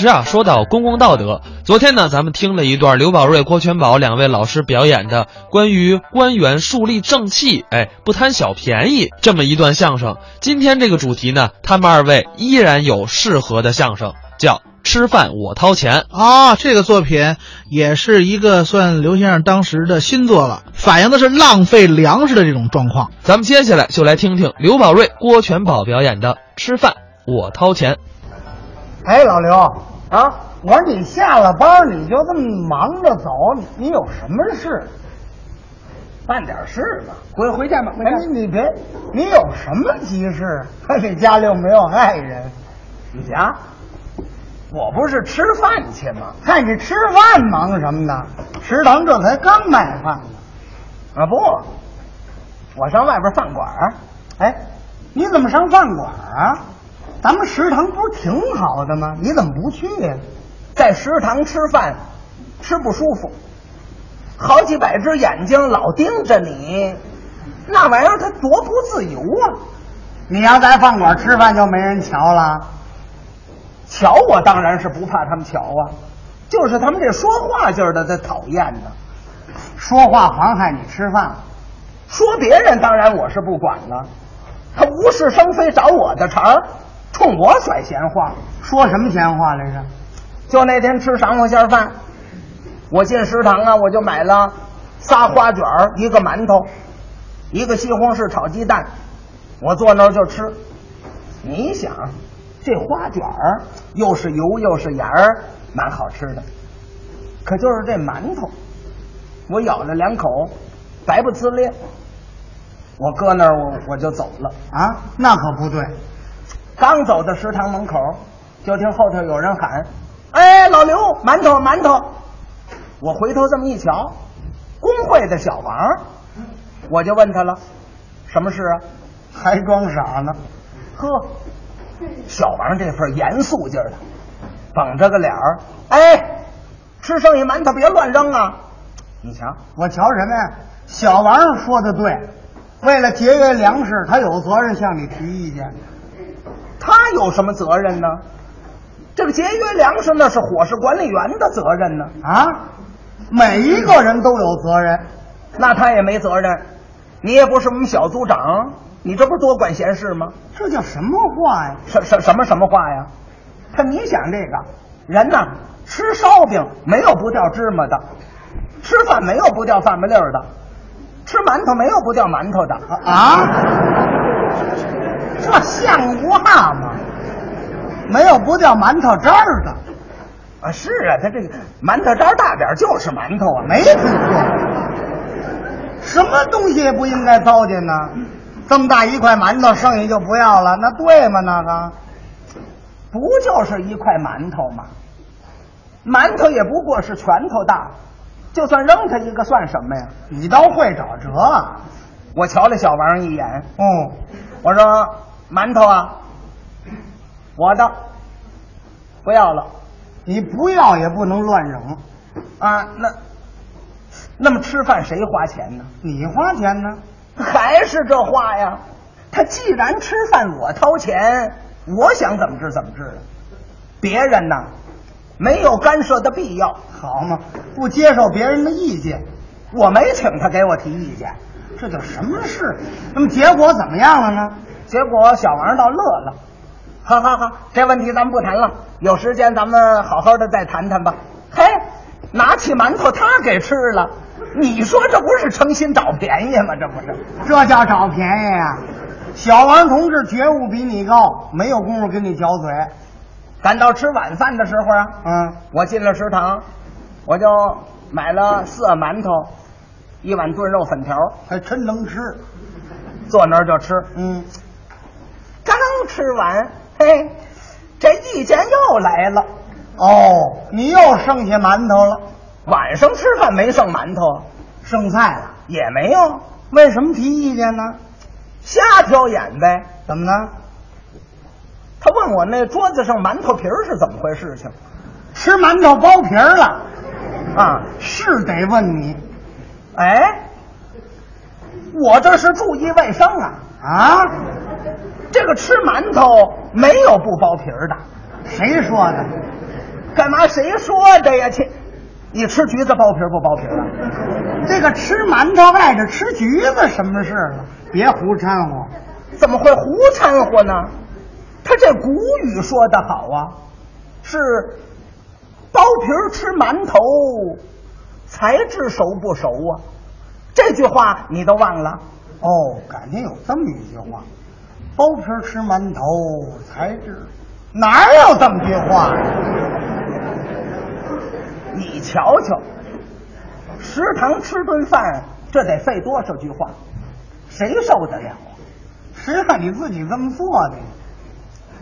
其实啊，说到公共道德，昨天呢，咱们听了一段刘宝瑞、郭全宝两位老师表演的关于官员树立正气，哎，不贪小便宜这么一段相声。今天这个主题呢，他们二位依然有适合的相声，叫《吃饭我掏钱》。啊，这个作品也是一个算刘先生当时的新作了，反映的是浪费粮食的这种状况。咱们接下来就来听听刘宝瑞、郭全宝表演的《吃饭我掏钱》。哎，老刘，啊，我说你下了班你就这么忙着走，你你有什么事？办点事吧，回回家吧，回哎，你你别，你有什么急事？哎，你家里有没有爱人？你家，我不是吃饭去吗？看你吃饭忙什么呢？食堂这才刚卖饭呢。啊不，我上外边饭馆儿哎，你怎么上饭馆啊？咱们食堂不是挺好的吗？你怎么不去呀、在食堂吃饭，吃不舒服，好几百只眼睛老盯着你，那玩意儿它多不自由啊！你要在饭馆吃饭就没人瞧了。瞧我当然是不怕他们瞧啊，就是他们这说话劲儿的才讨厌呢。说话妨害你吃饭了。说别人当然我是不管了，他无事生非找我的茬儿，冲我甩闲话。说什么闲话来着？就那天吃晌午馅饭，我进食堂啊，我就买了仨花卷儿一个馒头，一个西红柿炒鸡蛋，我坐那儿就吃。你想，这花卷儿又是油又是盐儿，蛮好吃的。可就是这馒头，我咬了两口，白不呲咧。我搁那儿，我我就走了。啊，那可不对。刚走到食堂门口，就听后头有人喊：“哎，老刘，馒头，馒头！”我回头这么一瞧，工会的小王，我就问他了：“什么事啊还装傻呢？？”呵，小王这份严肃劲儿的，绷着个脸儿：“哎，吃剩下馒头别乱扔啊！”你瞧，我瞧什么呀？小王说的对，为了节约粮食，他有责任向你提意见。他有什么责任呢？这个节约粮食那是伙食管理员的责任呢。啊，每一个人都有责任。那他也没责任，你也不是我们小组长，你这不是多管闲事吗？这叫什么话呀？什什什么什么话呀？他你想这个人呐，吃烧饼没有不掉芝麻的，吃饭没有不掉饭不粒儿的，吃馒头没有不掉馒头的，啊，这像话吗？没有不掉馒头渣儿的，啊，是啊，他这个馒头渣大点儿就是馒头啊，没听说。什么东西也不应该糟践呢？这么大一块馒头，剩下就不要了，那对吗？那个不就是一块馒头吗？馒头也不过是拳头大，就算扔他一个算什么呀？你倒会找辙啊！我瞧了小王一眼，嗯，我说馒头啊，我的不要了你不要也不能乱扔，啊。那那么吃饭谁花钱呢？你花钱呢？还是这话呀？他既然吃饭我掏钱，我想怎么治怎么治了。啊别人呐，没有干涉的必要。好嘛，不接受别人的意见，我没请他给我提意见，这叫什么事？那么结果怎么样了呢？结果小王倒乐了。好好好，这问题咱们不谈了，有时间咱们好好的再谈谈吧。嘿，拿起馒头他给吃了，你说这不是诚心找便宜吗？这不是？这叫找便宜啊！小王同志觉悟比你高，没有功夫跟你嚼嘴。赶到吃晚饭的时候啊，嗯，我进了食堂，我就买了四碗馒头，一碗炖肉粉条，还真能吃。坐那儿就吃。嗯，刚吃完，嘿，这意见又来了。哦，你又剩下馒头了，晚上吃饭没剩馒头，剩菜了。也没有，为什么提意见呢？瞎挑眼呗。怎么呢？他问我那桌子上馒头皮儿是怎么回事情吃馒头剥皮儿了，啊？是得问你哎，我这是注意卫生啊！啊？这个吃馒头没有不剥皮儿的，谁说的？干嘛？谁说的呀？切，你吃橘子剥皮儿不剥皮儿啊？这个吃馒头碍着吃橘子什么事啊了？别胡掺和。怎么会胡掺和呢？他这古语说的好啊，是剥皮儿吃馒头，才知熟不熟啊。这句话你都忘了？哦，感情有这么一句话：剥皮儿吃馒头才知。哪儿有这么句话呀？啊你瞧瞧，食堂吃顿饭，这得费多少句话，谁受得了啊？谁让你自己这么做的呀？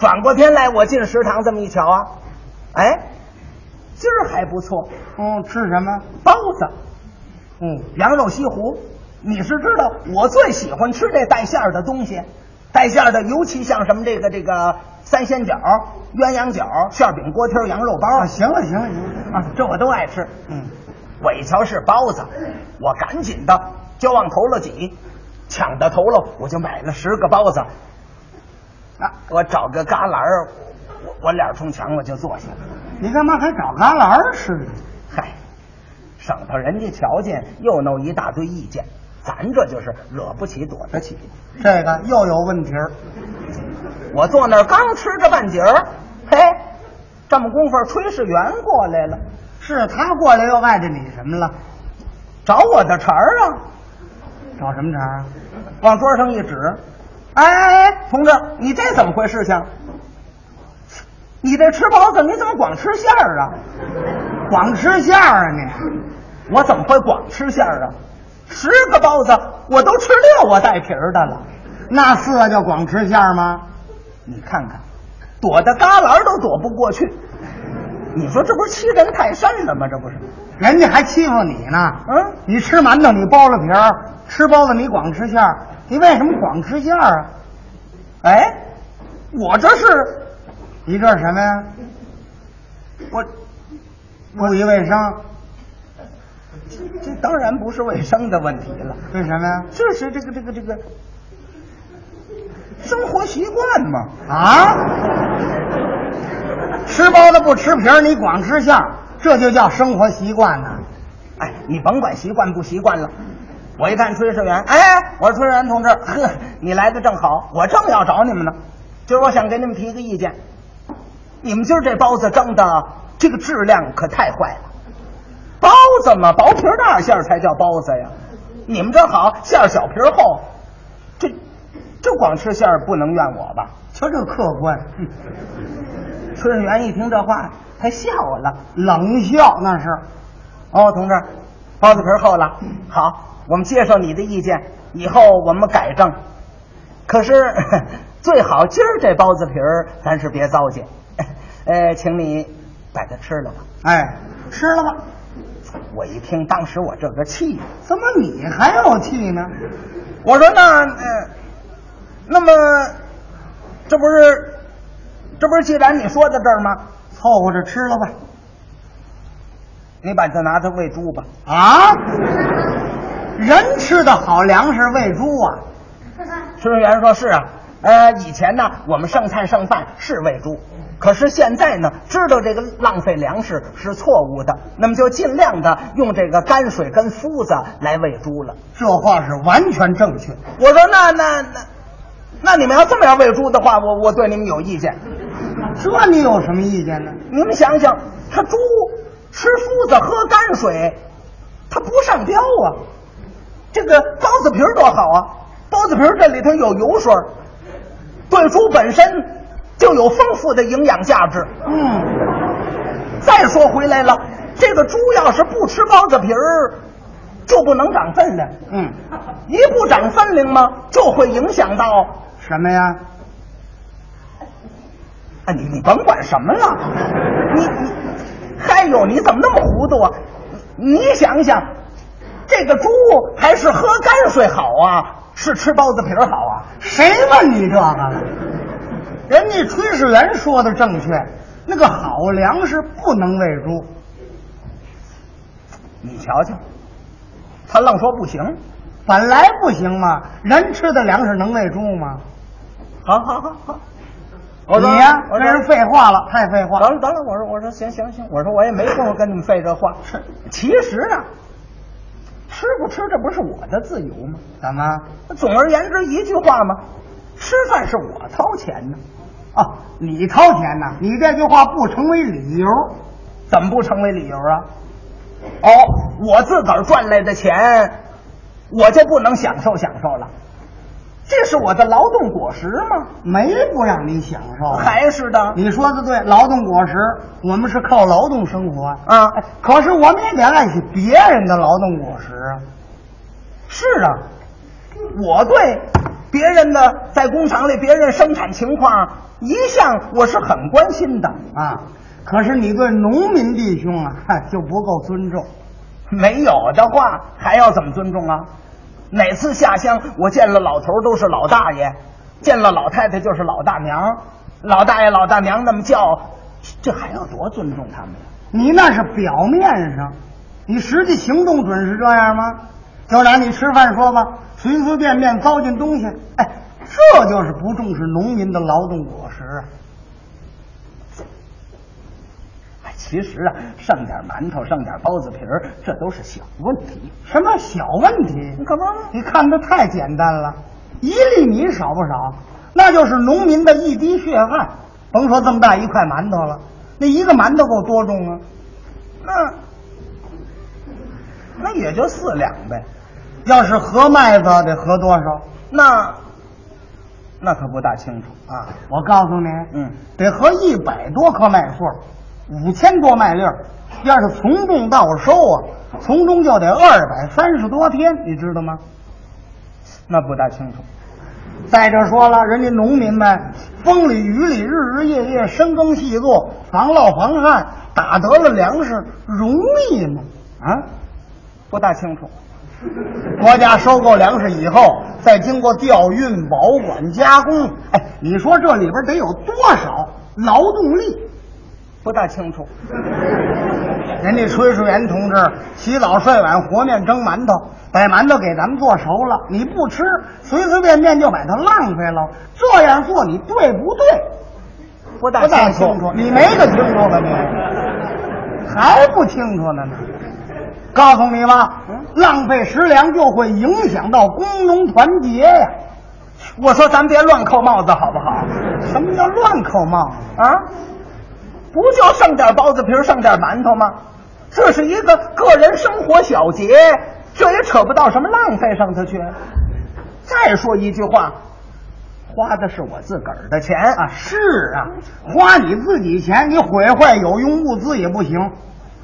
转过天来，我进食堂这么一瞧啊，哎，今儿还不错，嗯，吃什么？包子，嗯，羊肉西湖。你是知道，我最喜欢吃这带馅儿的东西，带馅儿的，尤其像什么这个这个三鲜饺、鸳鸯饺、馅饼、锅贴、羊肉包啊，行了行了行了，啊，这我都爱吃。嗯，我一瞧是包子，我赶紧的就往头了挤，抢到头了我就买了十个包子。啊，我找个旮旯儿，我我脸冲墙我就坐下了。你干嘛还找旮旯儿吃呢？嗨，省得人家瞧见又弄一大堆意见，咱这就是惹不起躲得起。这个又有问题儿。我坐那儿刚吃着半截儿，嘿，这么功夫儿炊事员过来了，是他过来又碍着你什么了？找我的茬儿啊，找什么茬儿？往桌上一指，哎哎哎，同志，你这怎么回事情？你这吃包子，你怎么光吃馅儿啊？光吃馅儿啊你！我怎么会光吃馅儿啊？十个包子我都吃六个带皮儿的了。那四个就光吃馅儿吗？你看看，躲的旮旯都躲不过去。你说这不是欺人太甚了吗？这不是？人家还欺负你呢。嗯，你吃馒头你剥了皮儿，吃包子你光吃馅儿，你为什么光吃馅儿啊？哎，我这是你这是什么呀？我，注意卫生，这当然不是卫生的问题了，为什么呀？这是这个这个这个生活习惯嘛。啊？吃包子不吃皮儿，你光吃馅儿，这就叫生活习惯呢、哎，你甭管习惯不习惯了。我一看炊事员，哎，我说炊事员同志，呵，你来的正好，我正要找你们呢。今儿我想给你们提个意见，你们今儿这包子蒸的这个质量可太坏了。包子嘛，薄皮儿大馅儿才叫包子呀。你们这好，馅儿小皮儿厚，这这光吃馅儿不能怨我吧？嗯瞧这客观，哼炊事员一听这话，他笑了。冷笑那是。哦，同志，包子皮儿厚了，好，我们接受你的意见，以后我们改正。可是最好今儿这包子皮儿咱是别糟践，呃，请你把它吃了吧。哎，吃了吧。我一听，当时我这个气呀，怎么你还有气呢？我说那呃，那么这不是这不是既然你说到这儿吗？凑合着吃了吧。你把它拿它喂猪吧。 啊？人吃的好粮食喂猪 啊？炊事员说：“是啊，呃，以前呢，我们剩菜剩饭是喂猪，可是现在呢，知道这个浪费粮食是错误的，那么就尽量的用这个泔水跟麸子来喂猪了。这话是完全正确。”我说：“那那那，那你们要这么样喂猪的话，我我对你们有意见。这你有什么意见呢？你们想想，它猪吃麸子喝泔水，它不上膘啊。这个包子皮儿多好啊，包子皮儿这里头有油水儿，对猪本身就有丰富的营养价值。嗯，再说回来了，这个猪要是不吃包子皮儿，就不能长分量。嗯，一不长分量嘛，就会影响到什么呀？啊，你你甭管什么了，你你，嗨呦，你怎么那么糊涂啊？你你想想，这个猪还是喝泔水好啊，是吃包子皮儿好啊？谁问你这个了？人家炊事员说的正确，那个好粮食不能喂猪。你瞧瞧，他愣说不行。本来不行嘛，人吃的粮食能喂猪吗？好好好好，我说你呀、我这说是废话了，太废话得了。了得了，我说我说行行行，我说我也没工夫跟你们费这话。其实啊，吃不吃这不是我的自由吗？怎么？总而言之一句话嘛，吃饭是我掏钱的，哦，你掏钱呐？你这句话不成为理由。怎么不成为理由啊？哦，我自个儿赚来的钱，我就不能享受享受了，这是我的劳动果实吗？没不让你享受啊，还是的，你说的对，劳动果实，啊我们是靠劳动生活啊。啊，可是我们也得爱惜别人的劳动果实啊。是啊，我对别人的在工厂里别人生产情况一向我是很关心的，啊，可是你对农民弟兄啊 哈就不够尊重。没有的话还要怎么尊重啊？哪次下乡我见了老头儿都是老大爷，见了老太太就是老大娘，老大爷老大娘那么叫，这还要多尊重他们呀？你那是表面上，你实际行动准是这样吗？就拿你吃饭说吧，随随便便糟践东西，哎，这就是不重视农民的劳动果实啊。哎其实啊，剩点馒头，剩点包子皮儿，这都是小问题。什么小问题？你干嘛呢？你看得太简单了，一粒米少不少，那就是农民的一滴血汗。甭说这么大一块馒头了，那一个馒头够多重啊？那那也就四两呗。要是合麦子得合多少那那可不大清楚。啊？我告诉你，嗯，得合一百多颗麦穗儿，五千多麦粒儿。要是从种到收啊，从中就得二百三十多天，你知道吗？那不大清楚。再者说了，人家农民们风里雨里，日日夜夜深耕细作，防涝防旱，打得了粮食容易吗？啊，不大清楚。国家收购粮食以后，再经过调运、保管、加工，哎，你说这里边得有多少劳动力？不大清楚，人家炊事员同志洗澡、睡碗、和面、蒸馒头，把馒头给咱们做熟了，你不吃，随随便便就把它浪费了，这样做你对不对？不不大清楚，你没个清楚吧你？还不清楚呢呢？告诉你吧，浪费食粮就会影响到工农团结呀、我说咱别乱扣帽子好不好？什么叫乱扣帽子？啊，不就剩点包子皮儿，剩点馒头吗？这是一个个人生活小节，这也扯不到什么浪费上头去。再说一句话，花的是我自个儿的钱啊，是啊，花你自己钱，你毁坏有用物资也不行，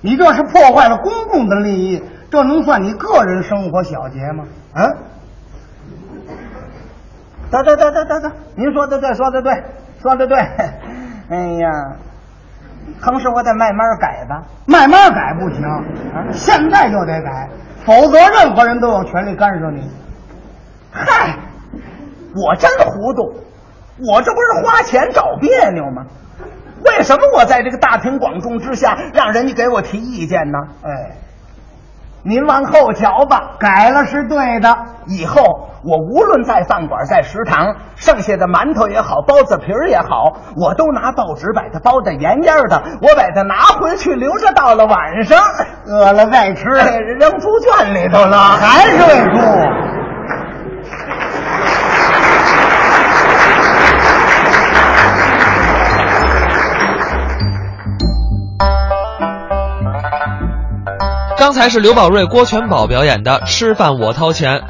你这是破坏了公共的利益，这能算你个人生活小节吗？嗯，得得得得得得，您说的对，说的对，说的对。哎呀，横是我得慢慢改吧。慢慢改不行，啊现在就得改，否则任何人都有权利干涉你。嗨，我真糊涂，我这不是花钱找别扭吗？为什么我在这个大庭广众之下让人家给我提意见呢？哎，您往后瞧吧，改了是对的。以后我无论在饭馆、在食堂，剩下的馒头也好，包子皮儿也好，我都拿报纸把它包得严严的，我把它拿回去留着，到了晚上饿了再吃，哎扔猪圈里头了。还是喂猪。刚才是刘宝瑞、郭全宝表演的《吃饭我掏钱》，